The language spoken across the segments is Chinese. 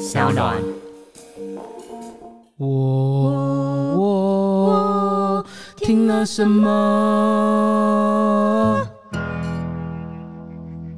小暖。我我听了什么？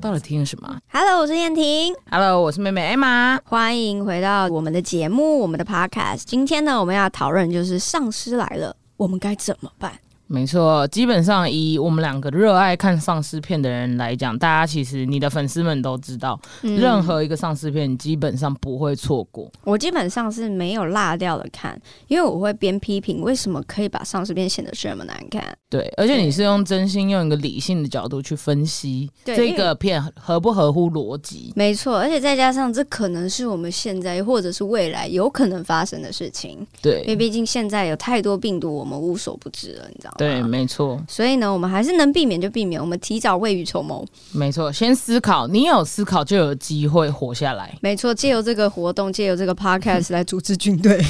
到底听了什么啊 Hello，我是燕婷， ？Hello，我是妹妹 Emma。欢迎回到我们的节目，我们的 Podcast。今天呢，我们要讨论就是丧尸来了，我们该怎么办？没错，基本上以我们两个热爱看丧尸片的人来讲，大家其实你的粉丝们都知道，嗯任何一个丧尸片你基本上不会错过。我基本上是没有落掉的看，因为我会边批评为什么可以把丧尸片显得这么难看。对，而且你是用真心、用一个理性的角度去分析对这个片合不合乎逻辑。没错，而且再加上这可能是我们现在或者是未来有可能发生的事情，因为对，毕竟现在有太多病毒，我们无所不知了，你知道吗？对，没错，所以呢，我们还是能避免就避免，我们提早未雨绸缪。没错。先思考，你有思考就有机会活下 来。没错，借由这个活动，借由 这个 podcast 来组织军队，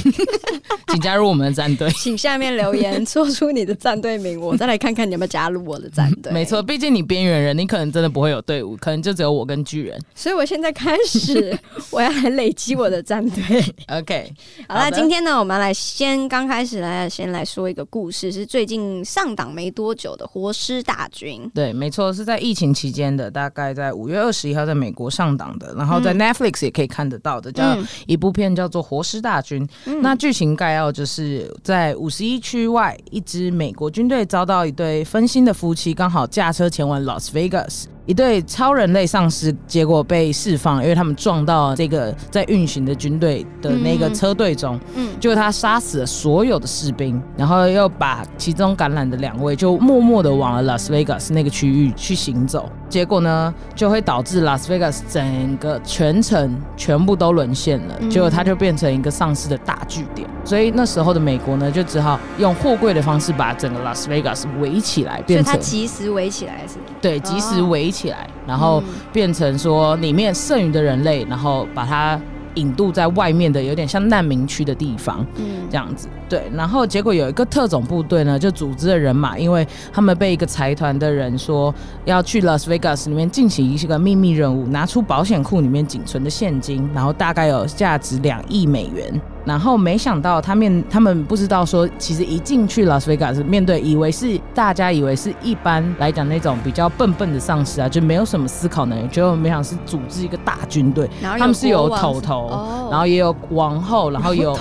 请加入我们的战队。请下面留 言说出你的战队名，我再来看看你有没有加入我的战队。 没错，，毕竟你边缘人，你可能真的不会有队伍，可能就只有我跟巨人。所以我现在开 始，我要来累积我的战队。 OK，好啦，好的今天呢，我们来先刚开始来先来说一个故事，是最近上档没多久的《活尸大军》。对，没错，是在疫情期间的，大概在五月二十一号在美国上档的，然后在 Netflix 也可以看得到的，叫、嗯一部片叫做《活尸大军》。那剧情概要就是在五十一区外，一支美国军队遭到一对分心的夫妻，刚好驾车前往 Las Vegas。一对超人类丧尸，结果被释放，因为他们撞到这个在运行的军队的那个嗯车队中，嗯，就他杀死了所有的士兵，然后又把其中感染的两位就默默的往了 Las Vegas 那个区域去行走，结果呢就会导致 Las Vegas 整个全城全部都沦陷了，嗯结果它就变成一个丧尸的大据点，所以那时候的美国呢就只好用货柜的方式把整个 Las Vegas 围起来，所以变它成及时围起来是吗，对及时哦围起来，然后嗯变成说里面剩余的人类，然后把它引渡在外面的有点像难民区的地方。嗯 这样子。对，然后结果有一个特种部队呢，就组织了人马，因为他们被一个财团的人说要去 Las Vegas 里面进行一个秘密任务，拿出保险库里面仅存的现金，然后大概有价值两亿美元。然后没想到他们他们不知道说，其实一进去 Las Vegas 面对，以为是大家以为是一般来讲那种比较笨笨的丧尸啊，就没有什么思考能力，结果没想到是组织一个大军队，然后他们是有国王头头，哦然后也有王后，然后也 有有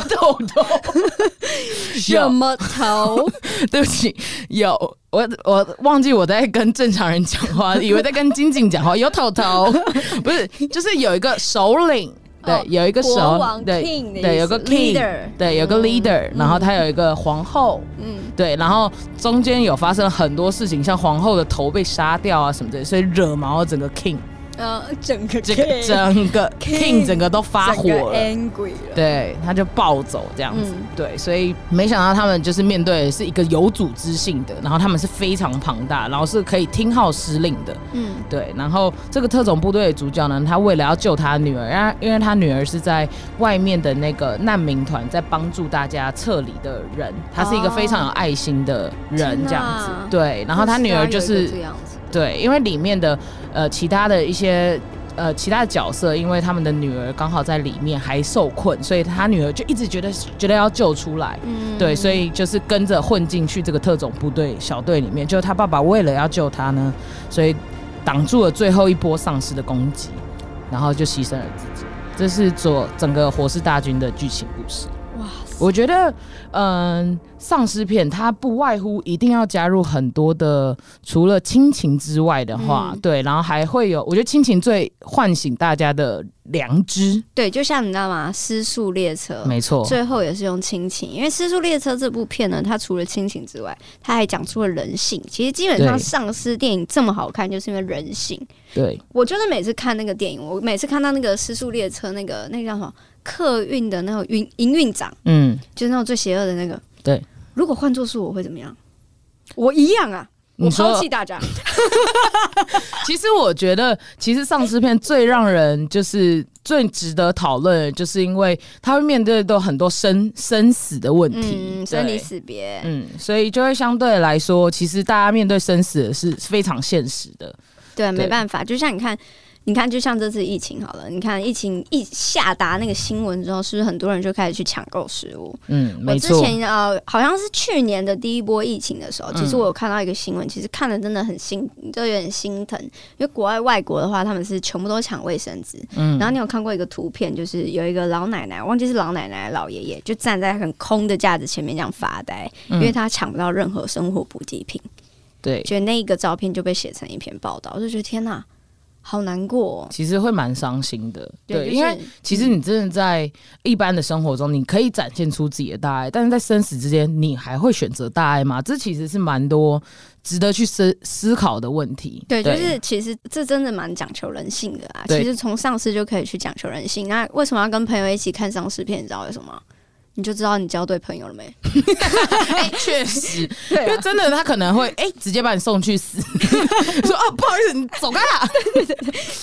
头头，什么头？有？对不起，有我我忘记我在跟正常人讲 话，以为在跟金靖讲话，有头头，不是，就是有一个首领。对哦，有一个首国王对 king 的意思对，有个 king， leader 对，有个 leader，、然后他有一个皇后，嗯，对，然后中间有发生很多事情，像皇后的头被杀掉啊什么的，所以惹毛了整个 king，呃，整 个这个 king，整个 king king 整个都发整火个了， angry 了。对，他就暴走这样子。嗯对，所以没想到他们就是面对的是一个有组织性的，然后他们是非常庞大，然后是可以听号施令的。嗯对，然后这个特种部队的主角呢，他为了要救他女儿，因为因为他女儿是在外面的那个难民团在帮助大家撤离的人，他是一个非常有爱心的人天哪这样子。对，然后他女儿就我知道有一是个这样子的，对，因为里面的呃其他的一些呃其他的角色，因为他们的女儿刚好在里面还受困，所以他女儿就一直觉得觉得要救出来。嗯对，所以就是跟着混进去这个特种部队小队里面，就是他爸爸为了要救他呢，所以挡住了最后一波丧尸的攻击，然后就牺牲了自己。这是做整个活尸大军的剧情故事。哇，我觉得，嗯，丧尸片它不外乎一定要加入很多的，除了亲情之外的话，嗯对，然后还会有，我觉得亲情最唤醒大家的良知，对，就像你知道吗？失速列车，没错，呃最后也是用亲情，因为《失速列车》这部片呢，它除了亲情之外，它还讲出了人性。其实基本上对丧尸电影这么好看，就是因为人性。对，我就是每次看那个电影，我每次看到那个《失速列车》那个那个叫什么客运的那种运营运长，嗯，就是那种最邪恶的那个。对，如果换作是我会怎么样？我一样啊，我你抛说弃，大家。其实我觉得，其实丧尸片最让人就是最值得讨论的，就是因为它会面对到很多生生死的 问题，嗯，生离对死别。嗯，所以就会相对来说，其实大家面对生死是非常现实的。对，对没办法，就像你看。你看，就像这次疫情好了，你看疫情一下达那个新闻之后，是不是很多人就开始去抢购食物？嗯，我没之错，前呃，好像是去年的第一波疫情的时候，其实嗯我有看到一个新闻，其实看了真的很心，就有点心疼，因为国外外国的话，他们是全部都抢卫生纸。嗯然后你有看过一个图片，就是有一个老奶奶，忘记是老奶奶还是老爷爷，就站在很空的架子前面这样发呆，因为嗯他抢不到任何生活补给品。对，觉得那一个照片就被写成一篇报道，我就觉得天哪，好难过、哦。其实会蛮伤心的，对，就是因为其实你真的在一般的生活中，你可以展现出自己的大爱，但是在生死之间，你还会选择大爱吗？这其实是蛮多值得去思思考的问题。对，就是其实这真的蛮讲求人性的啊。对其实从丧尸就可以去讲求人性。那为什么要跟朋友一起看丧尸片？你知道为什么吗？你就知道你交对朋友了没？哎确、 实，因为真的他可能会哎、直接把你送去死， 说哦不好意思，你走开啦。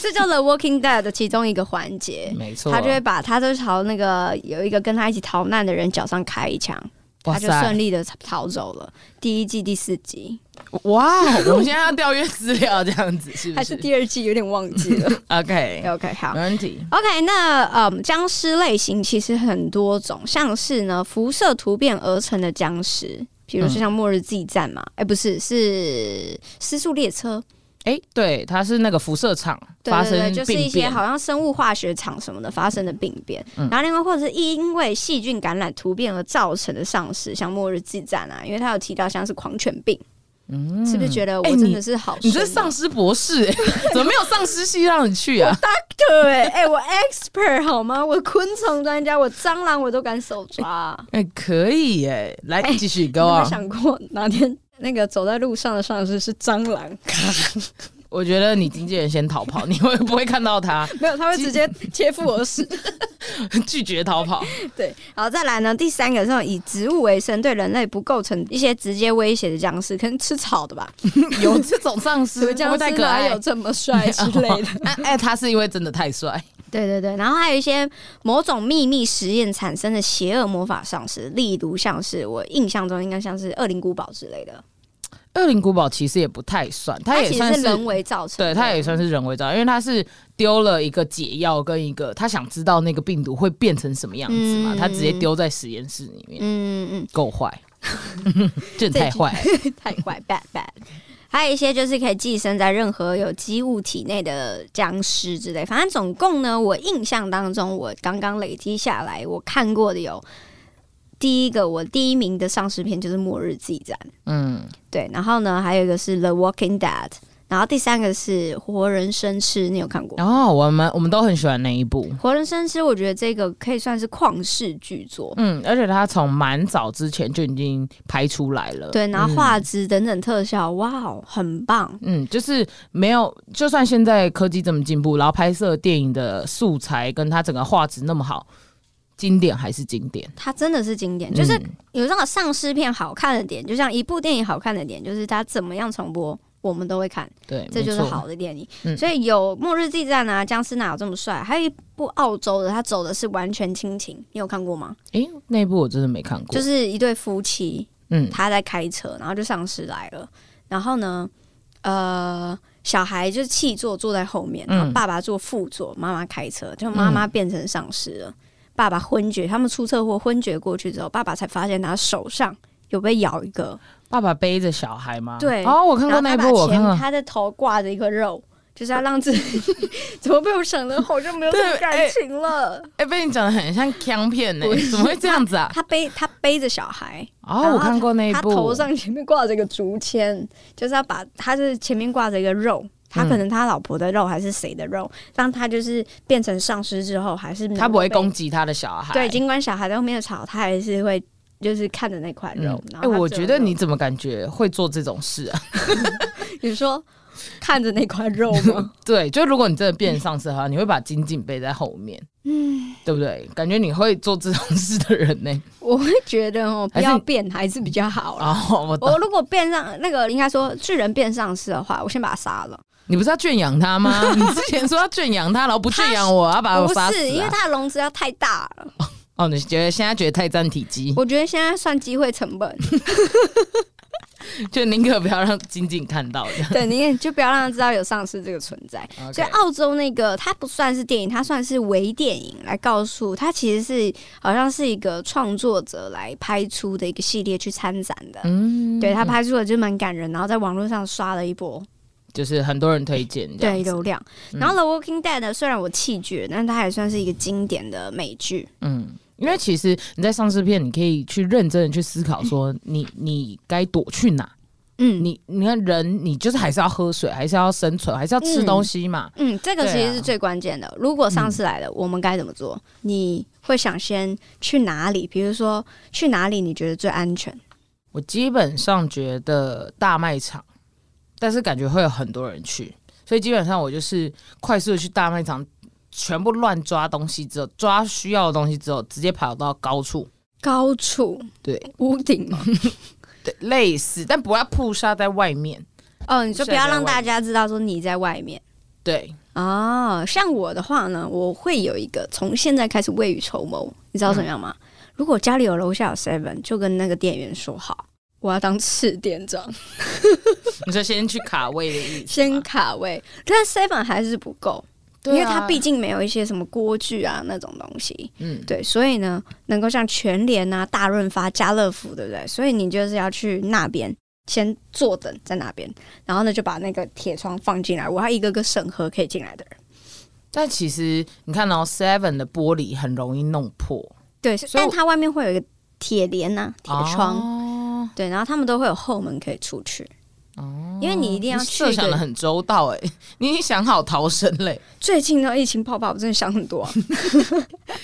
这叫《The Walking Dead》的其中一个环节。没错，他就会把他就朝那个有一个跟他一起逃难的人脚上开一枪，他哇就顺塞利的逃走了。第一季第四集哇， 我们现在要调阅资料这样子是不还是是第二季，有点忘记了。 ？OK， OK，好没，问题。 OK，那嗯，僵尸类型其实很多种，像是呢辐射突变而成的僵尸，比如说嗯像《末日 Z 战》嘛，哎、不是，是《失速列车》哎、对，它是那个辐射场对发对对，生就是一病些变，好像生物化学厂什么的发生的病变，嗯然后另外或者是因为细菌感染突变而造成的丧失，像《末日 Z 战》啊，因为他有提到像是狂犬病，嗯是不是觉得我哎真你的是好、啊你这丧尸博士、欸， 怎么没有丧尸系让你去啊？对，哎、我 expert 好吗？我昆虫专家，我蟑螂我都敢手抓、啊哎、可以哎、来哎继续你 go 有没有啊！想过哪天那个走在路上的丧尸是蟑螂？我觉得你经纪人先逃跑，你会不会看到他 没有，它会直接切腹而死。拒绝逃跑？ 对，好，再来呢，第三个这种以植物为生、对人类不构成一些直接威胁的僵尸，可能吃草的吧？有这种丧什么尸，僵会太尸可哪爱有这么帅之类 的？哎、哎他是因为真的太帅，对对对，然后还有一些某种秘密实验产生的邪恶魔法丧尸，例如像是我印象中应该像是恶灵古堡之类的，恶灵古堡其实也不太算，它也其实算是人为造成的，对，它也算是人为造成，因为它是丢了一个解药跟一个他想知道那个病毒会变成什么样子嘛，嗯他直接丢在实验室里面，嗯嗯嗯。够坏， 这太坏了，太坏，bad bad。还有一些就是可以寄生在任何有机物体内的僵尸之类。反正总共呢，我印象当中，我刚刚累积下来，我看过的有第一个我第一名的丧尸片就是《末日激战》，嗯，对，然后呢还有一个是《The Walking Dead》，然后第三个是《活人生吃》，你有看过？然后我们我们都很喜欢那一部，活人生吃，我觉得这个可以算是旷世巨作，嗯，而且它从蛮早之前就已经拍出来了，对，然后嗯画质等等特效，哇哦，很棒，嗯，就是没有，就算现在科技这么进步，然后拍摄电影的素材跟它整个画质那么好，经典还是经典，它真的是经典，就是嗯有那种丧尸片好看的点，就像一部电影好看的点，就是它怎么样重播，我们都会看，对，这就是没错好的电影。嗯所以有《末日地战》啊，《僵尸哪有这么帅》，还有一部澳洲的，它走的是完全亲情，你有看过吗？诶，那一部我真的没看过，就是一对夫妻，嗯，他在开车，然后就丧尸来了，然后呢，呃。小孩就是弃座坐在后面，嗯然后爸爸坐副座，妈妈开车，就妈妈变成丧尸了，爸爸昏厥，他们出车祸昏厥过去之后，爸爸才发现他手上有被咬一个爸爸背着小孩吗？对哦，我看过然后那一他部，把我前看过。他的头挂着一块肉，就是要让自己 怎么被我想的，好像没有什么对感哎情了。哎、被你讲的很像枪片呢、 不怎么会这样子啊？他背他背着小孩，然哦，后我看过那一他部，头上前面挂着一个竹签，就是要把他是前面挂着一个肉。他可能他老婆的肉还是谁的肉，让他就是变成丧尸之后，还是能够他不会被攻击他欸的小孩。对，尽管小孩都没有吵，他还是会就是看着那块肉嗯。然哎、后他我只觉有得肉你怎么感觉会做这种事啊？ 你说看着那块肉 吗？对，就如果你真的变成丧尸的话，你会把紧紧背在后面，嗯，对不对？感觉你会做这种事的人呢、我会觉得哦，不还是要你变还是比较 好啦。哦，我懂我。如果变上那个应该说巨人变丧尸的话，我先把他杀了。你不是要圈养他吗？ 你之前说要圈养他，然后不圈养我，要把我不杀死、是，因为啊。他的笼子要太大了，哦，你觉得现在觉得太占体积？我觉得现在算机会成本。就宁可不要让仅仅看到 这样。对，你也就不要让他知道有丧尸这个存在。所以哦 OK 澳洲那个它不算是电影，它算是微电影来告诉它其实是好像是一个创作者来拍出的一个系列去参展的。嗯对他拍出的就蛮感人，然后在网络上刷了一波就是很多人推荐这样对子，流量。嗯然后《The Walking Dead》呢，虽然我弃剧，但它还算是一个经典的美剧。嗯。因为其实你在丧尸片，你可以去认真的去思考，说你你该躲去哪？嗯，你你看人，你就是还是要喝水，还是要生存，还是要吃嗯东西嘛？嗯，这个对啊其实是最关键的。如果上次来嗯了，我们该怎么做？你会想先去哪里？比如说去哪里你觉得最安全？我基本上觉得大卖场，但是感觉会有很多人去，所以基本上我就是快速的去大卖场，全部乱抓东西之后，抓需要的东西之后，直接跑到高处，高处，对，屋顶吗？对，类似，但不要曝晒在外面， 哦，你说不要让大家知道说你在外面。对，哦，像我的话呢，我会有一个从现在开始未雨绸缪，你知道怎么样吗？如果家里有楼下有 seven，就跟那个店员说好，我要当次店长， 你就先去卡位的意思吗，先卡位。但 seven 还是不够，对啊，因为它毕竟没有一些什么锅具啊那种东西。嗯对，所以呢，能够像全联啊、大润发、家乐福，对不对？所以你就是要去那边先坐等在那边，然后呢就把那个铁窗放进来，我要一个个审核可以进来的人。但其实你看哦、Seven 的玻璃很容易弄破对，以但我它外面会有一个铁帘呐、铁窗，哦对，然后他们都会有后门可以出去。哦，因为你一定要你去设一想的个很周到哎、你已经想好逃生嘞、最近的疫情泡泡，我真的想很多、啊。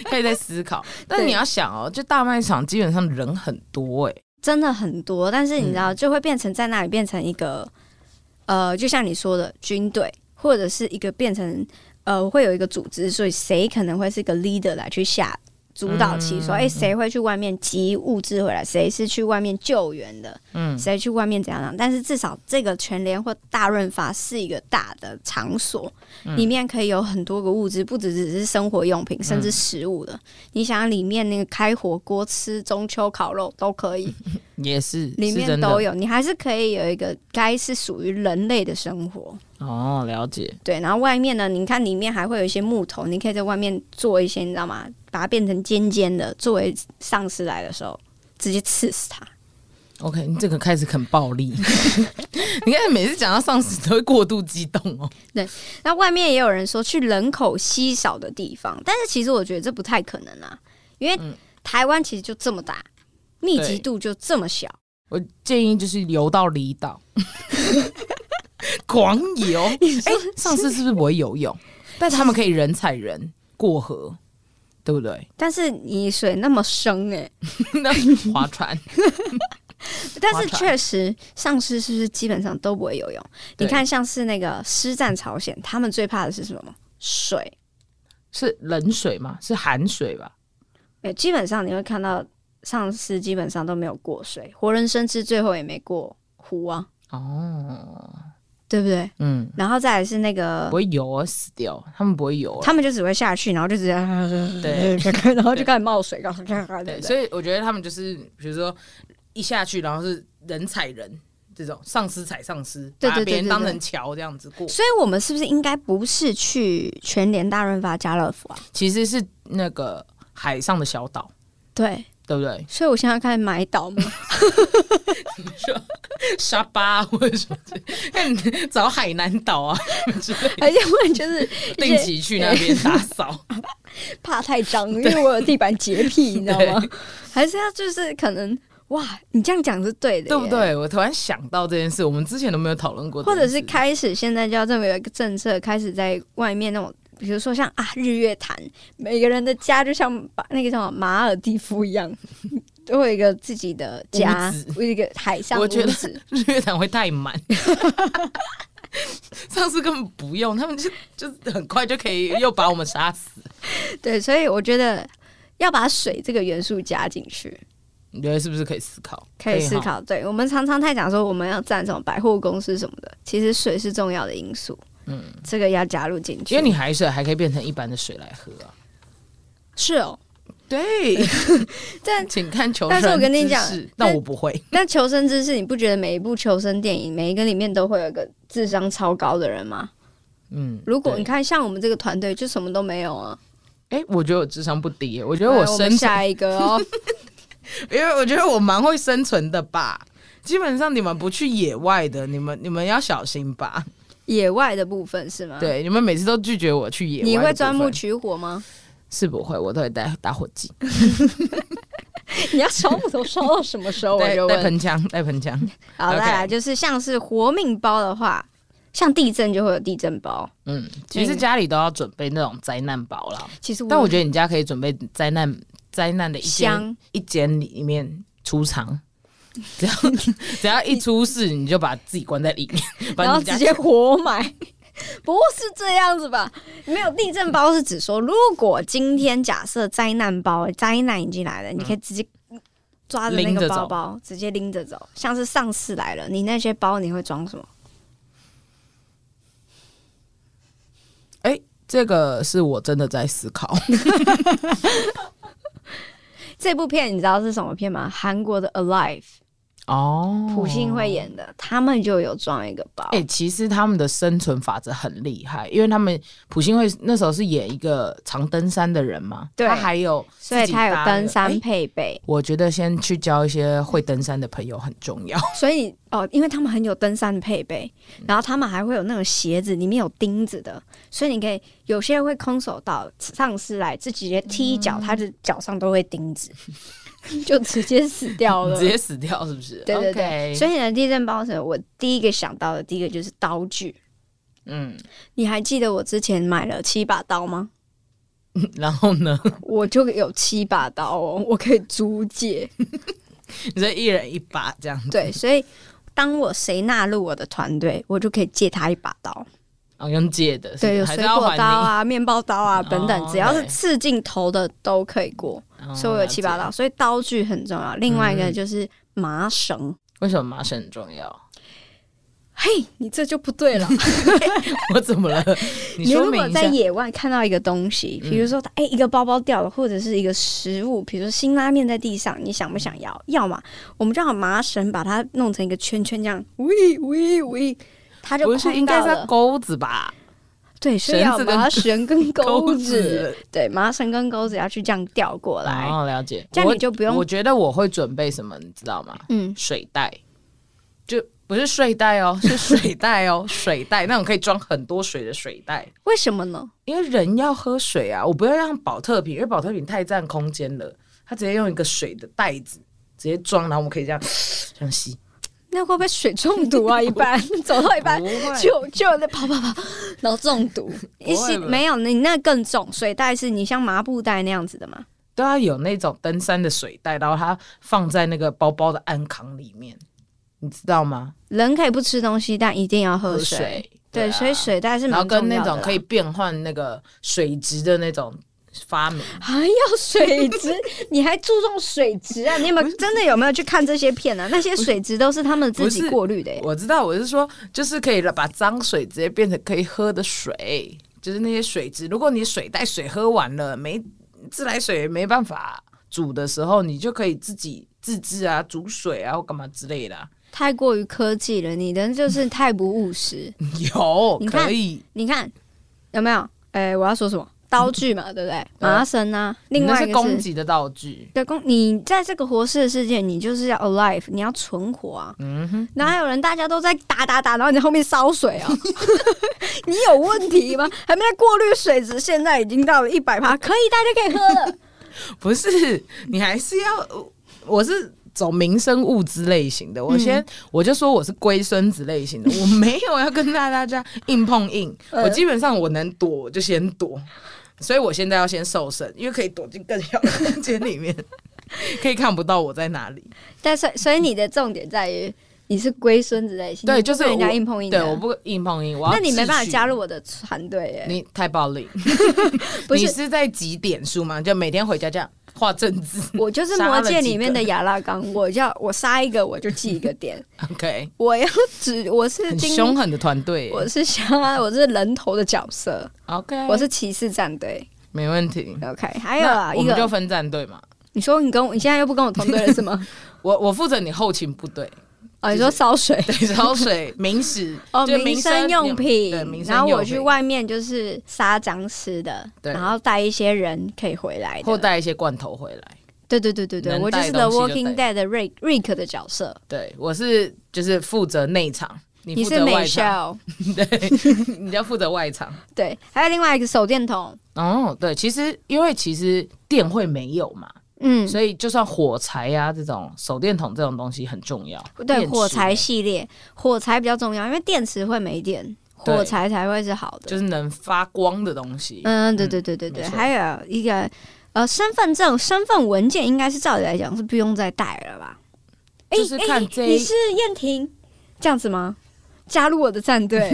可以再思考。但你要想哦，就大卖场基本上人很多哎、真的很多，但是你知道，就会变成在那里变成一个，呃，就像你说的军队，或者是一个变成呃，会有一个组织，所以谁可能会是一个 leader 来去下主导期，说，哎、谁会去外面集物资回来，谁是去外面救援的，嗯，谁去外面怎样怎样。但是至少这个全联或大润发是一个大的场所，里面可以有很多个物资，不只只是生活用品，甚至食物的。你想里面那个开火锅吃中秋烤肉都可以。也是，里是面真的都有，你还是可以有一个该是属于人类的生活。哦，了解。对，然后外面呢，你看里面还会有一些木头，你可以在外面做一些，你知道吗？把它变成尖尖的，作为丧尸来的时候直接刺死它。 OK，你这个开始很暴力。 你看每次讲到丧尸都会过度激动哦。那外面也有人说去人口稀少的地方，但是其实我觉得这不太可能啊，因为嗯台湾其实就这么大，密集度就这么小，我建议就是游到离岛， 狂游。哎、丧尸是不是不会游泳？但他们可以人踩人过河，对不对？ 但是你水那么深欸诶、那划船，但划是船确实，丧尸是不是基本上都不会游泳？对你看，像是那个师战朝鲜，他们最怕的是什么吗？水。是冷水吗？是寒水吧？诶基本上你会看到丧尸基本上都没有过水，活人生吃最后也没过湖啊，哦，对不对？嗯，然后再来是那个不，会游啊，死掉，他们不会游啊。他们就只会下去，然后就直接，对，然后就开始冒水，然后对不对，对所以我觉得他们就是，比如说一下去，然后是人踩人这种，丧尸踩丧尸，对对把对别人对当对成桥这样子过。所以我们是不是应该不是去全联、大润发、家乐福啊？其实是那个海上的小岛，对，？对不对 所以我现在开始买岛嘛，沙巴啊或者 说是，看你找海南岛啊，而且我就是定期去那边打扫。怕太 脏，因为我有地板洁癖，你知道吗？还是要就是可能哇，你这样讲是对的，对不？对？我突然想到这件事，我们之前都没有讨论过这或件者事，是开始现在就要这么有一个政策，开始在外面那种，比如说像啊日月潭，每个人的家就像把那个叫什么马尔蒂夫 一样，都有一个自己的家屋，有一个海上我屋觉得子。日月潭会太满。 上次根本不用，他们就就是很快就可以又把我们杀死。对，所以我觉得要把水这个元素加进去。你觉得是不是可以思考？可以思哈。考，对我们常常太讲说我们要占什么百货公司什么的，其实水是重要的因素，嗯嗯，这个要加入进去。因为你海水还可以变成一般的水来喝啊。是哦，对，但请看求生但知识。是我跟你讲但但我不会。但求生知识，你不觉得每一部求生电影，每一个里面都会有一个智商超高的人吗？嗯，如果对你，看像我们这个团队，就什么都没有啊。哎、我觉得我智商不低耶，我觉得来我我生们存，下一个 哦，因为我觉得我蛮会生存的吧。基本上你们不去野外的，你们你们要小心吧。野外的部分是吗？，对，你们每次都拒绝我去野外的部嗯你分。会钻木取火吗？是不会，我都会带打火机， 你要烧木头烧到什么时候？哦我带就带问。喷枪，带喷 枪。好，再 OK 来就是像是活命包的话，像地震就会有地震包。嗯，其实嗯家里都要准备那种灾难包啦。其实但我觉得你家可以准备灾难灾难的一间香一间里面储藏，只 要只要一出事，你就把自己关在里面，然把后你家直接活埋。 不是这样子吧？没有地震包是指说，如果今天假设灾难包灾难已经来了，你可以直接抓着那拎着个走包包直接拎着走。像是上次来了，你那些包你会装什么？哎这个是我真的在思 考，这部片你知道是什么片吗？韩国的《Alive》，哦，朴信惠演的，他们就有装一个包。哎、其实他们的生存法则很厉害，因为他们朴信惠那时候是演一个常登山的人嘛，对他还有自所以己他搭有了登山哎配备，我觉得先去交一些会登山的朋友很重要。所以哦，因为他们很有登山配备，嗯然后他们还会有那种鞋子里面有钉子的，所以你可以有些人会空手道，丧尸来就直接踢一脚，他的脚上都会钉子， 就直接死掉你嗯 了。直接死掉是不是？对对对 OK 所以你的地震包是我第一个想到的，第一个就是刀具。嗯，你还记得我之前买了七把刀吗？ 然后呢？我就有七把刀哦，我可以租借。你说一人一把这样子， 对，所以当我谁纳入我的团队，我就可以借他一把刀。哦，用借的，对，有还水是要果还刀你。啊、面包刀啊哦等等，只要是 OK 刺进头的都可以过。哦所以我有七把。了刀，解所以刀具很重要。另外一个嗯就是麻绳。为什么麻绳很重要？ 嘿，你这就不对了。我怎么了？ 你 你说如明果一在下。嗯野外看到一个东西，比如说它哎、一个包包掉了，或者是一个食物，比如说辛拉面在地上，你想不想要？嗯要嘛，我们就好麻绳把它弄成一个圈圈，这样，喂喂喂，它就不是框应该到是了要钩子吧？对，是要绳子跟麻 绳跟钩子，子。对，麻绳跟钩子要去这样吊过来，哦，了解。这样你就不我我用，觉得我会准备什么，你知道吗？嗯，水袋，就不是睡袋哦，是水袋哦， 水袋那种可以装很多水的水袋。为什 么呢？因为人要喝水啊，我不要让保特瓶，因为保特瓶太占空间了。它直接用一个水的袋子直接装，然后我们可以这 样这样吸，那会不会水中毒啊？一 般走到一半不会就就在跑跑跑，然后中 毒，一吸吧没有，你那更重。水袋是你像麻布袋那样子的嘛？对啊，有那种登山的水袋，然后它放在那个包包的暗扛里面，你知道吗？人可以不吃东西，但一定要喝水。对，啊所以水袋是然后蛮重要跟的啦。那种可以变换那个水质的那种发明，还要水质， 你还注重水质 啊？你有没有真的有没有去看这些片啊？那些水质都是他们自不己是过滤的耶。我知道，我是说，就是可以把脏水直接变成可以喝的水，就是那些水质。如果你水带水喝完了，没自来水没办法煮的时候，你就可以自己自制啊，煮水啊或干嘛之类的啊、 太过于科技了，你人就是太不务实。有你看可以，你看有没有？哎、我要说什么？刀具 嘛，对不对？对麻绳啊，另外那嗯一是个攻是。击的道具。对，公，你在这个活尸的世界，你就是要 alive，你要存活啊！嗯哼，哪有人大家都在打打打，然后你后面烧水啊？ 你有问题吗？还没在过滤水质，现在已经到了一百啊趴，可以，大家可以喝了。 不是，你还是要，我是。走民生物资类型嗯的，我先、我就说我是龟孙子类型的，我没有要跟大家硬碰 硬，嗯我基本上我能躲我就先躲，所以我现在要先瘦身，因为可以躲进更 小的空间里面，可以看不到我在哪里。 但是，所以你的重点在于你是龟孙子类型，对，你不就是跟人家我硬碰硬的对，我不硬碰硬，我要那你没办秩法序加，入我的团队耶。你太暴力， 不是你是在几点数吗？就每天回家这样画正字 我就是杀了魔戒几里面个的亚 拉冈，我要我杀一个我就记一个点， ，OK，我要指我是很今凶狠的团队 我是杀我是人头的角色， ，OK，我是骑士战队，没问题。 OK，还有啊，那我一们就个分战队嘛，你说你跟我，你现在又不跟我同队了是吗？ 我我负责你后勤部 队，哦，你说烧水对，烧水、民食，哦，就民生用品对，民，生然后用我品去外面就是杀脏吃的，对然后带一些人可以回来或的。带一些罐头回来。对对对对对，能我就带是东 The 西就 Walking Dead 的 Rick Rick 的角色，对我是就是负责内场，你你负是责外 Michelle，场，对，你要负责外场。对，还有另外一个手电筒，哦，对，其实因为其实电会没有嘛，嗯，所以就算火柴呀、这种手电筒这种东西很重要。对，电池火柴欸系列，火柴比较重要，因为电池会没电，对火柴才会是好的。就是能发光的东西。嗯，对嗯对对对对，没错还有一个呃，身份证、身份文件应该是照理来讲是不用再带了吧？哎就是看这你是燕婷这样子吗？加入我的战队，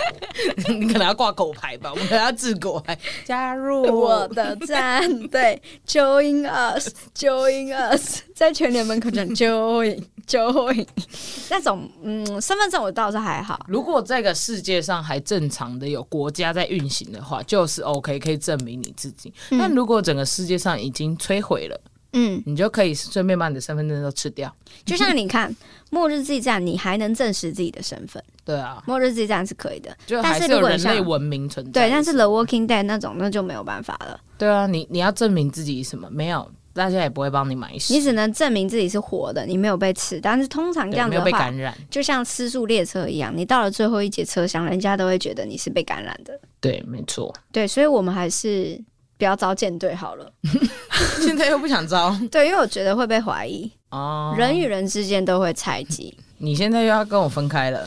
你可能要挂狗牌吧，我们可能要治狗牌。加入我的战 队，join us，join us，在 全联门口讲 join，join，那种嗯，身份证我倒是还好，如果这个世界上还正常的有国家在运行的话，就是 OK，可以证明你自己。嗯但如果整个世界上已经摧毁了，嗯，你就可以顺便把你的身份证都吃掉。就像你看《末日之战》，你还能证实自己的身份，对啊，《末日之战》是可以的，就但还是是有如果人类像文明存在。对。但是《The Walking Dead》那种那就没有办法了，对啊，你你要证明自己什么？没有，大家也不会帮你买食。你只能证明自己是活的，你没有被吃。但是通常对这样没子有被的话感，染。就像失速列车一样，你到了最后一节车厢，人家都会觉得你是被感染的。对，没错。对，所以我们还是不要招舰队好 了。现在又不想招对，因为我觉得会被怀疑， 哦。人与人之间都会猜忌。你现在又要跟我分开了。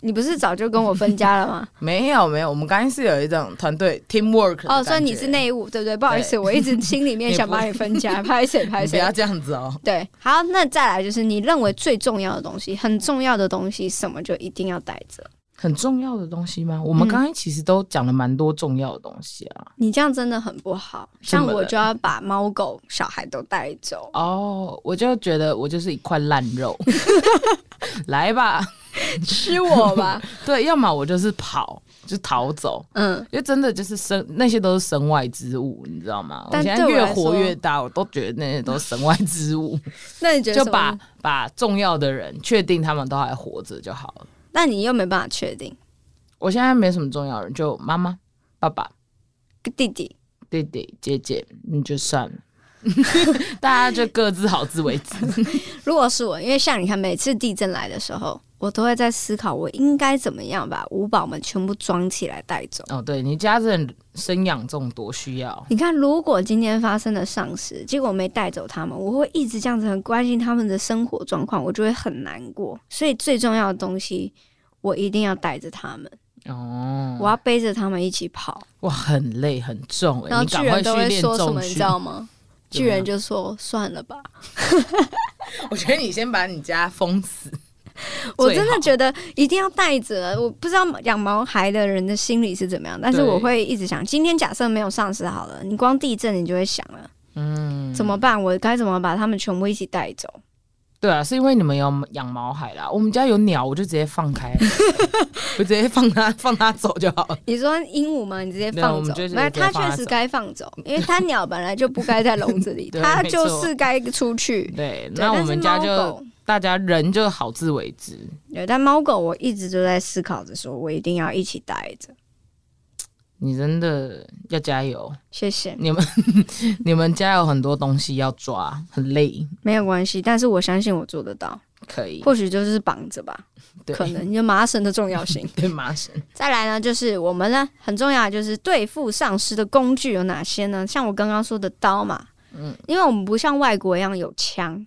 你不是早就跟我分家了吗？没有没有，我们刚刚是有一种团队 teamwork 的哦，所以感你觉是内务，对不对？不好意思，我一直心里面 你想不把你分家，拍谁拍你不谁。要这样子哦。对，好，那再来就是你认为最重要的东西，很重要的东西，什么就一定要带着。很重要的东西吗？我们刚刚其实都讲了蛮多重要的东西啊。你这样真的很不好，怎像么了我就要把猫狗、小孩都带 走。哦，我就觉得我就是一块烂肉， 来吧，吃我 吧，对，要么我就是跑，就逃走。嗯，因为真的就是身那些都是身外之物，你知道吗？但我现在对我越来说活越大，我都觉得那些都是身外之 物，那你觉得就什么把？把重要的人确定他们都还活着就好了。那你又没办法确定我现在没什么重要人，就妈妈、爸爸、弟弟。弟弟、姐姐，你就算了， 大家就各自好自为之。如果是我，因为像你看，每次地震来的时候，我都会在思考，我应该怎么样把五宝们全部装起来带走。哦，对你家人生养众多，需要你看，如果今天发生了丧尸，结果没带走他们，我会一直这样子很关心他们的生活状况，我就会很难过。所以最重要的东西，我一定要带着他们，哦，我要背着他们一起跑。哇，很累很重然哎，后你巨赶人快都训会练说什重么，你知训。道吗？怎么巨人就说：“算了吧。我觉得你先把你家封死，” 我真最的好觉得一定要带着。我不知道养毛孩的人的心理是怎么样，但是对我会一直想，今天假设没有丧尸好了，你光地震你就会想了，嗯，怎么办？我该怎么把他们全部一起带走？对啊，是因为你们有养毛海啦，我们家有鸟，我就直接放开了，我直接放它放它走就好了。你说鹦鹉吗？你直接对啊放我走们就，是没有，直接它放它确实该放走，因为它鸟本来就不该在笼子 里，对它没就错是该出去。对，对那但我是们家猫就狗大家人就好自为之。对，但猫狗我一直都在思考着，说我一定要一起带着。你真的要加油！谢谢，你们 你们家有很多东西要抓，很累，没有关系，但是我相信我做得到，可以或许就是绑着吧，嗯 对。可能就麻绳的重要性 对麻绳。再来呢，就是我们呢很重要，的就是对付丧尸的工具有哪些呢？像我刚刚说的刀嘛，嗯，因为我们不像外国一样有枪，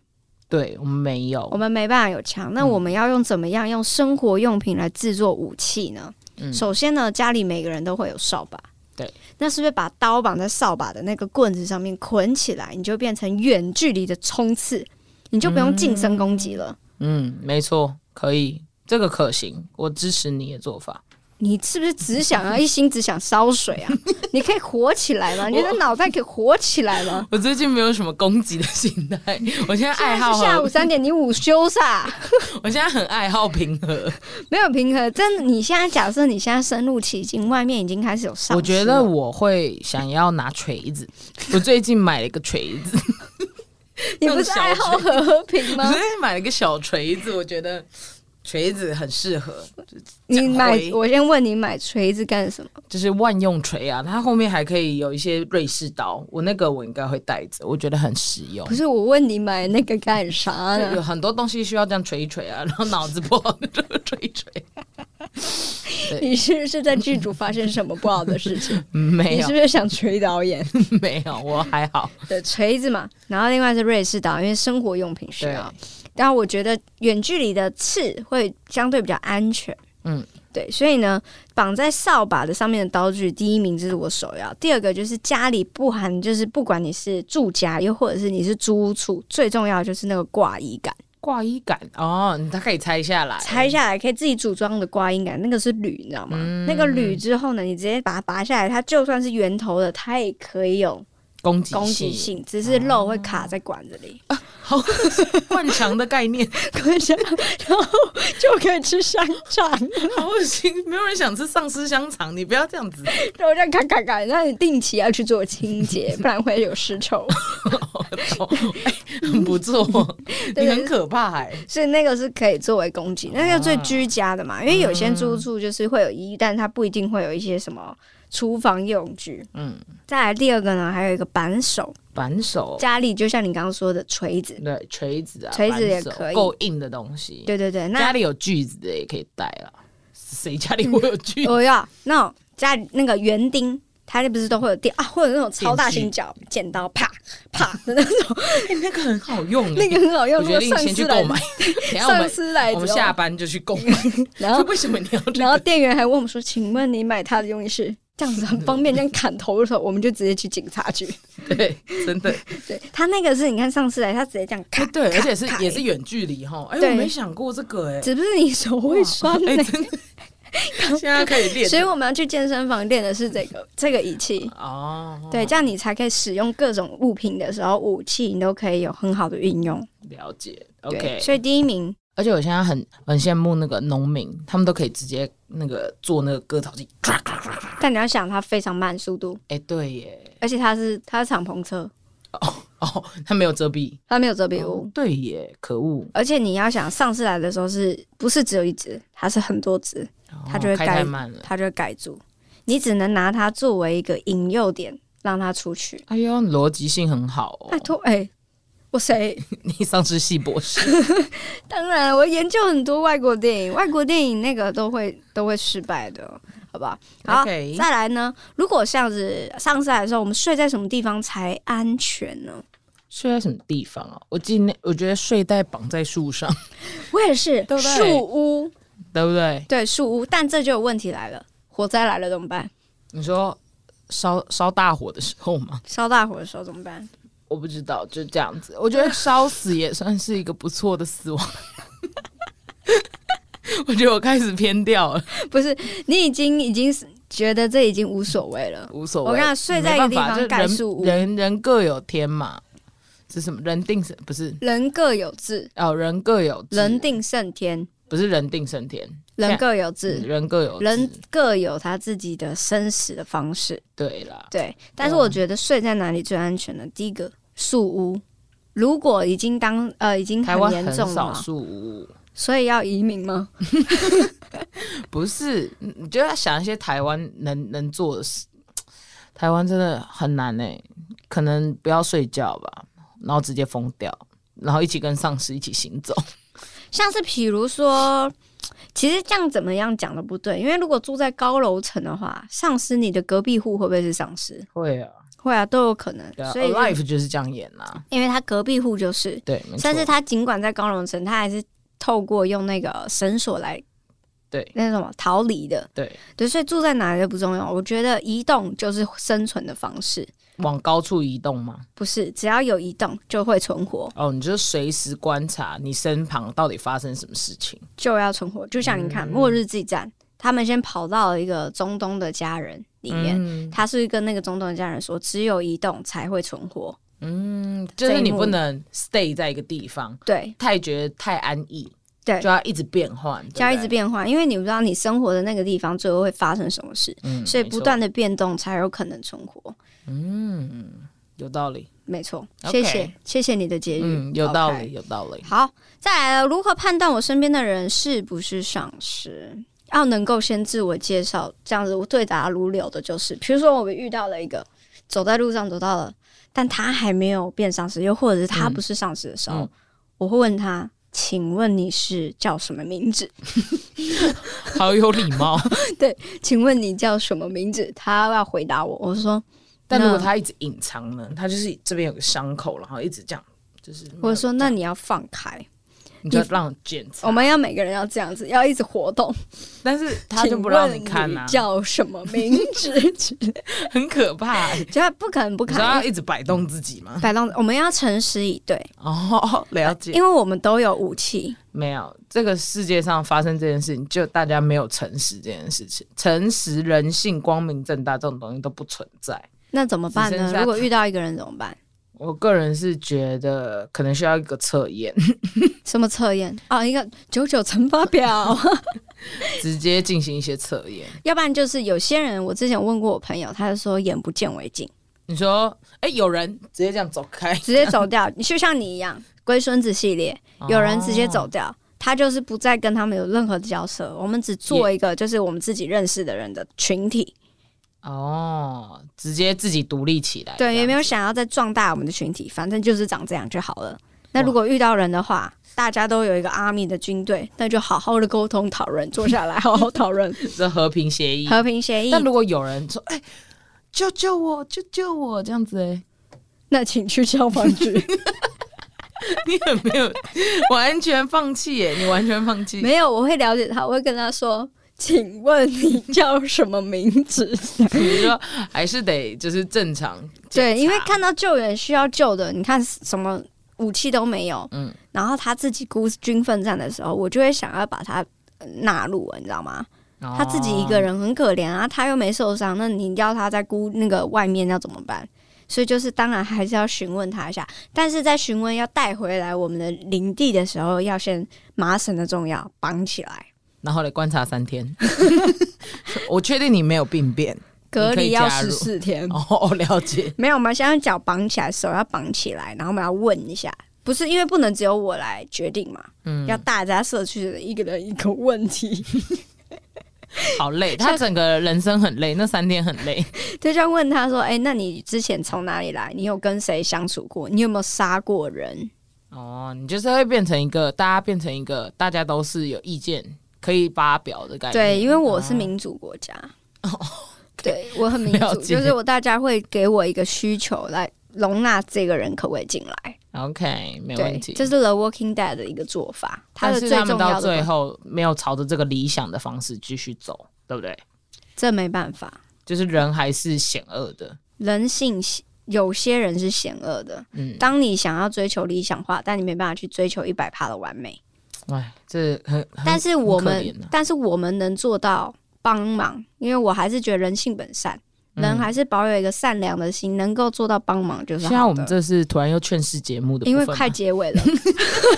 对我们没我有，们没办法有枪，嗯那我们要用怎么样用生活用品来制作武器呢？嗯首先呢，家里每个人都会有扫把，对，那是不是把刀绑在扫把的那个棍子上面捆起来，你就变成远距离的冲刺，你就不用近身嗯攻击了。嗯，没错，可以，这个可行，我支持你的做法。你是不是只想要一心只想烧水 啊？你可以火起来吗？你的脑袋可以火起来吗？我最近没有什么攻击的心态， 我现在 爱好现在是下午和，三点，你午休啥？我现在很爱好平和。 没有平衡，真的。你现在假设你现在深入其境，外面已经开始有上。我觉得我会想要拿锤子，我最近买了一个锤 子，你不是爱好和平我 吗最？近买了一个小锤子，我觉得锤子很适合，你买讲，回哦我先问你买锤子干什么？就是万用锤啊，它后面还可以有一些瑞士刀，我那个我应该会带着，我觉得很实用不。是啊我问你买那个干啥有呢？很多东西需要这样锤一锤啊，然后脑子不好就锤一锤。对你是不是在剧组发生什么不好的事情？ 嗯没你有是不是想锤导演？没有，我还好。对，锤子嘛，然后另外是瑞士刀，因为生活用品需对要。然后我觉得远距离的刺会相对比较安全。嗯，对，所以呢，绑在扫把的上面的刀具，第一名就是我首要，第二个就是家里不含，就是不管你是住家，又或者是你是租屋处，最重要的就是那个挂衣杆，挂衣杆哦，你大概拆下来，拆下来可以自己组装的挂衣杆，那个是铝，你知道吗？嗯那个铝之后呢，你直接把它拔下来，它就算是圆头的，它也可以有攻击攻击性，性，只是肉哦会卡在管子里。好灌肠的概念， 滚下，然后就可以吃香肠，好恶心，没有人想吃丧尸香肠，你不要这样子。然后这样咔咔咔，那你定期要去做清洁，不然会有尸 臭。哦哎很不错，对你很可怕哎、所以那个是可以作为攻击，那个最居家的嘛，因为有些住处就是会有衣，但它不一定会有一些什么厨房用具。嗯，再来第二个呢，还有一个扳手，扳手、家里就像你刚刚说的锤子，对锤子啊，锤子也扳手可以够硬的东西。，对对对，家那里有锯子的也可以带了，谁家里会有锯？我要那种家里那个园丁。它那不是都会有电啊，或者那种超大型角剪刀，啪啪的那种，哎那个很好用哎、那个很好我用。如决果定上先司去来购买， 等一下我上们司来我着们下班就去购 买。然后为什么你要这然后个？店员还问我们说：“请问你买它的用意是这样子很方便，这样砍头的时候我们就直接去警 察局。 对，真的，对他那个是你看上次来，他直接这样哎砍，对，而且是咔也是远距离哈。哎，对我没想过这个哎、只不是你手会酸哇哎、呢、 真的，现在可以练。所以我们要去健身房练的是这个这个仪器。嗯哦，对，这样你才可以使用各种物品的时候，武器你都可以有很好的运用。了解对，OK。所以第一名而且我现在很很羡慕那个农民，他们都可以直接那个做那个割草机。但你要想它非常慢速度，哎、对耶，而且它是它是敞篷车，哦，他没有遮蔽。它没有遮蔽物。对哦耶，可恶！而且你要想上次来的时候是不是只有一只，它是很多只。他就会哦开盖太慢了。它就会盖住。你只能拿它作为一个引诱点，让它出去。哎呦，逻辑性很好哦拜。托，哎、我谁？你上次系博士， 当然了，我研究很多外国电影，外国电影那个都会都会失败的，好不好？好 OK 再来呢？如果像是上次来的时候，我们睡在什么地方才安全呢？睡在什么地方啊？我今天我觉得睡袋绑在树上， 我也是对不对树屋，对不对？对树屋，但这就有问题来了，火灾来了怎么办？你说烧烧大火的时候吗？烧大火的时候怎么办？我不知道，就这样子。我觉得烧死也算是一个不错的死亡。 我觉得我开始偏掉了，不是你已经已经是觉得这已经无所谓了，无所谓。我跟你讲睡在一个地方没办法盖就树屋人人人各有天嘛。是什么？人定胜不是？人各有志，哦，人各有志人定胜天，不是人定胜天，人各有嗯志，人各有志人各有他自己的生死的方式。对啦。对，啊但是我觉得睡在哪里最安全呢？第一个树屋，如果已经当呃已经台湾很很严重少了，树屋，所以要移民吗？不是？你你就要想一些台湾能能做的事。台湾真的很难哎、可能不要睡觉吧，然后直接疯掉，然后一起跟丧尸一起行走。 像是比如说。其实这样怎么样讲都不对，因为如果住在高楼层的话，丧尸你的隔壁户会不会是丧尸？会啊，会啊，都有可能。对啊所以， ，Alive 就是这样演啦。因为他隔壁户就是，对，没错但是他尽管在高楼层，他还是透过用那个绳索来对那什么逃离的。对，对，所以住在哪里都不重要。我觉得移动就是生存的方式，往高处移动嘛。不是只要有移动就会存活，哦，你就随时观察你身旁到底发生什么事情。嗯就要存活。就像你看《末日之战》。他们先跑到了一个中东的家人里面，嗯他是跟那个中东的家人说，只有移动才会存活。嗯，就是你不能 stay 在一个地方，对太觉得太安逸，对就，要一直变换，就要一对直不对，变换，因为你不知道你生活的那个地方最后会发生什么事，嗯所以没不错断的变动才有可能存活。有道理，没错， OK 谢谢谢谢你的节育，嗯，有道 OK 理，有道理。好，再来了，如何判断我身边的人是不是上司？要能够先自我介绍，这样子我对答如流的就是，比如说我们遇到了一个走在路上走到了，但他还没有变上司，又或者是他嗯不是上司的时候，嗯我会问他。请问你是叫什么名字？ 好有礼貌。请问你叫什么名字？他要回答我，我说，但如果那他一直隐藏呢？他就是这边有个伤口，然后一直这样，就是没有我说那你要放开，你就让检查我，们要每个人要这样子，要一直活动。但是他就请不让问你看啊，叫什么名 字？ 很可怕欸。就他不可能不你知道看 要，一直摆动自己吗？摆弄，我们要诚实以对，哦，了解。因为我们都有武器。没有，这个世界上发生这件事情，就大家没有诚实这件事情，诚实、人性、光明正大这种东西都不存在。那怎么办只剩呢？下如果遇到一个人怎么办？我个人是觉得可能需要一个测验， 什么测验啊？一个九九乘 法表，直接进行一些测验。要不然就是有些人，我之前问过我朋友，他就说眼不见 为净，你说，哎、有人直接这样走开，直接走掉。你就像你一样，龟孙子系列，哦有人直接走掉，他就是不再跟他们有任何的交涉，我们只做一个就是我们自己认识的人的群体，哦，直接自己独立起来。对，也没有有想要再壮大我们的群体，反正就是长这样就好了。那如果遇到人的话，大家都有一个 army 的军队，那就好好的沟通讨论，坐下来好好 讨论这和平协议。和平协议。嗯但如果有人说，哎、救救我，救救我，这样子、哎，那请去消防 局。你很没有完全放弃，哎，你完全放弃。没有，我会了解他，我会跟他说：“请问你叫什么名字 你说还是得就是正常？”检对，查因为看到救援需要救的，你看什么武器都没有，嗯然后他自己孤军奋战的时候，我就会想要把他呃纳入，你知道吗？哦他自己一个人，人很可怜啊，他又没受伤，那你要他在孤那个外面要怎么办？所以就是，当然还是要询问他一下，但是在询问要带回来我们的领地的时候，要先麻绳的重要绑起来，然后来观察三天。 我确定你没有病变隔离要你可以加十入四天。哦，了解。没有，我们先用脚绑起来，手要绑起来，然后我们要问一下，不是因为不能只有我来决定嘛，嗯要，大家社区的一个人一个问题， 好累，他整个人生很累，那三天很累。就像问他说：“哎、那你之前从哪里来？你有跟谁相处过？你有没有杀过人？”哦，你就是会变成一个，大家变成一个，大家都是有意见可以发表的感觉。对，因为我是哦民主国家，对我很民了主，解就是我大家会给我一个需求来容纳这个人可不可以进来。哦 OK，没对问，题。这是《The Walking Dead》的一个做法，它但的是最他们重要到的最部分，后没有朝着这个理想的方式继续走，对不对？这没办法，就是人还是险恶的。人性有些人是险恶的。嗯，当你想要追求理想化，但你没办法去追求一百趴的完美，哎，这很但是我很可们怜啊，但是我们能做到帮忙，因为我还是觉得人性本善，嗯人还是保有一个善良的心，能够做到帮忙就是好现在我们的这是突然又劝世节目的部因分为嘛，快结尾了，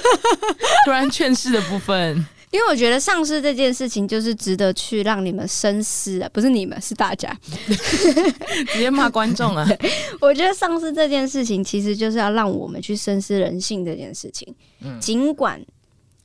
突然劝世的部分，因为我觉得上市这件事情就是值得去让你们深思啊的，不是你们是大 家。直接骂观众啊！我觉得上市这件事情其实就是要让我们去深思人性这件事情。嗯尽管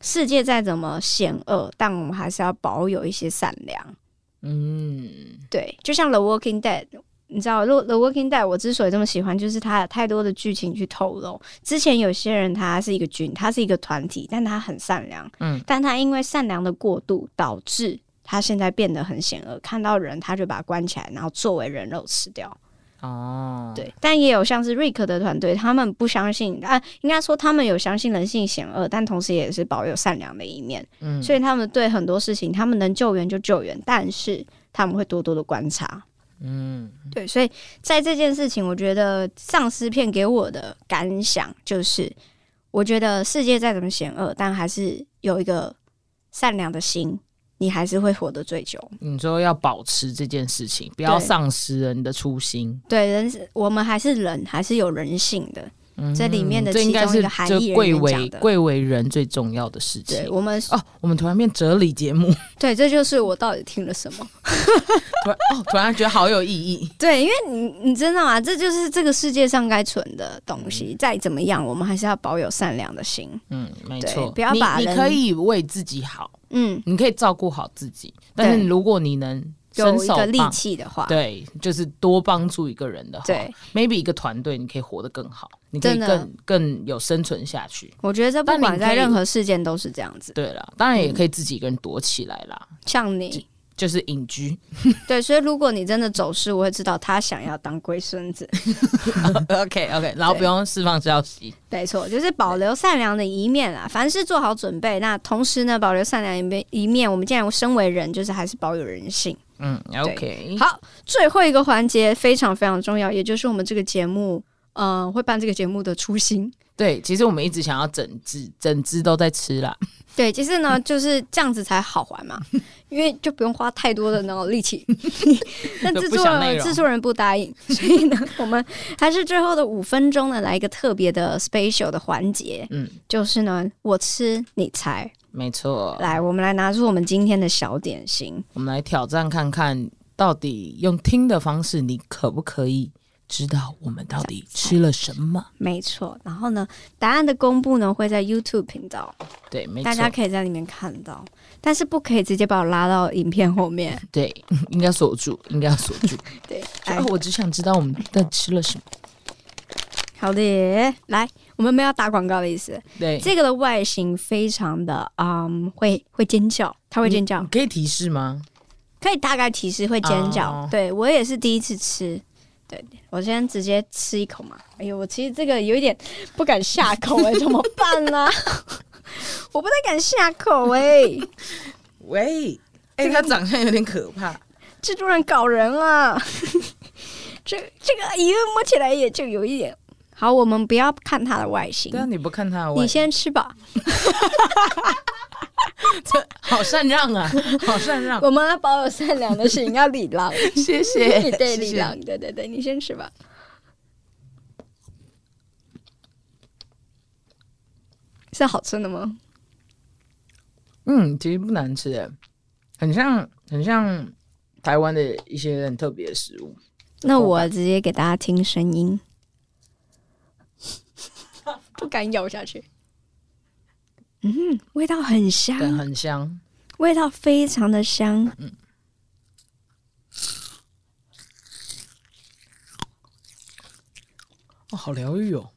世界再怎么险恶，但我们还是要保有一些善良。 嗯，对，就像《The Walking Dead》。你知道，如果《The Walking Dead》我之所以这么喜欢，就是它有太多的剧情去透露。之前有些人他是一个军，他是一个团体，但他很善良，嗯，但他因为善良的过度，导致他现在变得很险恶，看到人他就把他关起来，然后作为人肉吃掉。哦，对，但也有像是瑞克的团队，他们不相信啊，应该说他们有相信人性险恶，但同时也是保有善良的一面，嗯，所以他们对很多事情，他们能救援就救援，但是他们会多多的观察。嗯，对，所以在这件事情，我觉得丧尸片给我的感想就是，我觉得世界再怎么险恶，但还是有一个善良的心，你还是会活得最久。你说要保持这件事情，不要对丧失了你的初心。对，人是我们还是人，还是有人性的。嗯这里面的这应该其中是一个含义这人员贵讲为的贵为人最重要的事情对。我们，哦，我们突然变哲理节 目，对，这就是我到底听了什么。突然哦，突然觉得好有意义。对，因为你你知道啊吗？这就是这个世界上该存的东西。再怎么样，我们还是要保有善良的心。嗯，没对错，不要把你你人可以为自己好，嗯，你可以照顾好自己，但是对如果你能有伸一手个力帮，气的话，对，哦就是多帮助一个人的话对，maybe 一个团队你可以活得更好，你可以真的更更有生存下去。我觉得这不但你管在可以任何事件都是这样子。对了，当然也可以自己一个人躲起来啦，像你，就是隐 居。对，所以如果你真的走失，我会知道他想要当龟 孙子。 OK OK，然后不用释放消息。没错，就是保留善良的一面啦。凡事做好准备，那同时呢，保留善良一面一面。我们既然身为人，就是还是保有人性。嗯，OK，好，最后一个环节非常非常重要，也就是我们这个节目，嗯、会办这个节目的初心。对，其实我们一直想要整只整只都在吃啦，对，其实呢，就是这样子才好 玩嘛，因为就不用花太多的那种力气。但制不作想内人容制作人不答应，所以呢，我们还是最后的五分钟呢，来一个特别的 special 的环节，嗯，就是呢，我吃你猜。没错。来，我们来拿出我们今天的小点心。我们来挑战看看，到底用听的方式，你可不可以知道我们到底吃了什么？没错，然后呢，答案的公布呢会在 YouTube 频道，对，没大家错，可以在里面看到，但是不可以直接把我拉到影片后 面。对，应该锁住，应该要锁 住。对，啊来，，我只想知道我们到底吃了什么。好的，来，我们没有打广告的意思。对，这个的外形非常的，嗯，会会尖叫，它会尖叫，可以提示吗？可以大概提示会尖叫。哦对我也是第一次吃。对，我先直接吃一口嘛。哎呦，我其实这个有一点不敢下口哎、怎么办 呢、我不太敢下口哎、喂，哎、它长相有点可怕。制作人搞人啊！ 这这个一个摸起来也就有一点。好，我们不要看它的外形对，啊，你不看它的外你，先吃吧。好善让啊， 好善让。 我们要保有善良的心，要礼 让。谢谢，对，谢礼谢。让，对对对，你先吃吧。是好吃的吗？嗯，其实不难吃诶，很像很像台湾的一些很特别的食物。那我直接给大家听声音， 不敢咬下去。嗯，味道很香，对，很香。味道非常的香。哦，好疗愈哦。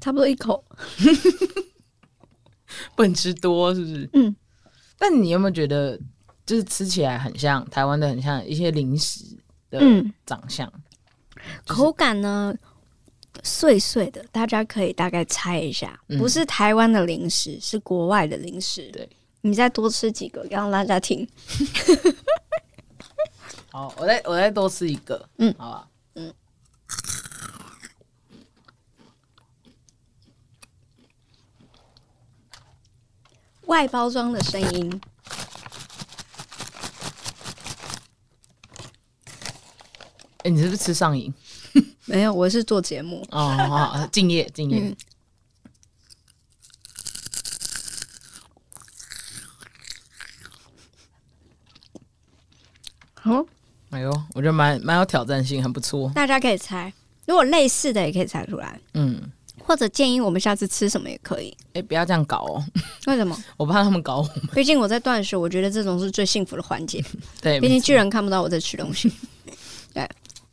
差不多一口，不能吃多，是不是？嗯。但你有没有觉得，就是吃起来很像台湾的，很像一些零食的嗯长相？口感呢碎碎的，大家可以大概猜一下，嗯不是台湾的零食，是国外的零食。对，你再多吃几个，让大家听。好，我再我再多吃一个，嗯好吧。外包装的声音，哎、你是不是吃上瘾？没有，我是做节目。哦，好好好，敬业敬业。嗯好，哎呦，我觉得蛮蛮有挑战性，很不错。 大家可以猜，如果类似的也可以猜出来，嗯，或者建议我们下次吃什么也可以。哎、不要这样搞哦，为什么？我怕他们搞我。毕竟我在断食，我觉得这种是最幸福的环节。对，毕竟巨人看不到我在吃东 西。对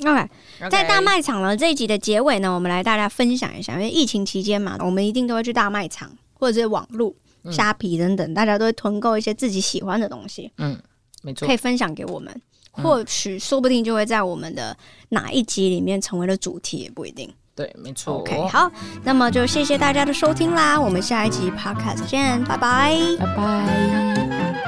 ，OK， OK 在大卖场呢这一集的结尾呢，我们来大家分享一下，因为疫情期间嘛，我们一定都会去大卖场或者是网络、嗯虾皮等等，大家都会囤购一些自己喜欢的东西，嗯没错嗯可，以分享给我们。或许说不定就会在我们的哪一集里面成为了主题，也不一定。对，没错。 OK，，好，那么就谢谢大家的收听啦，我们下一集 Podcast 见，拜拜。拜拜。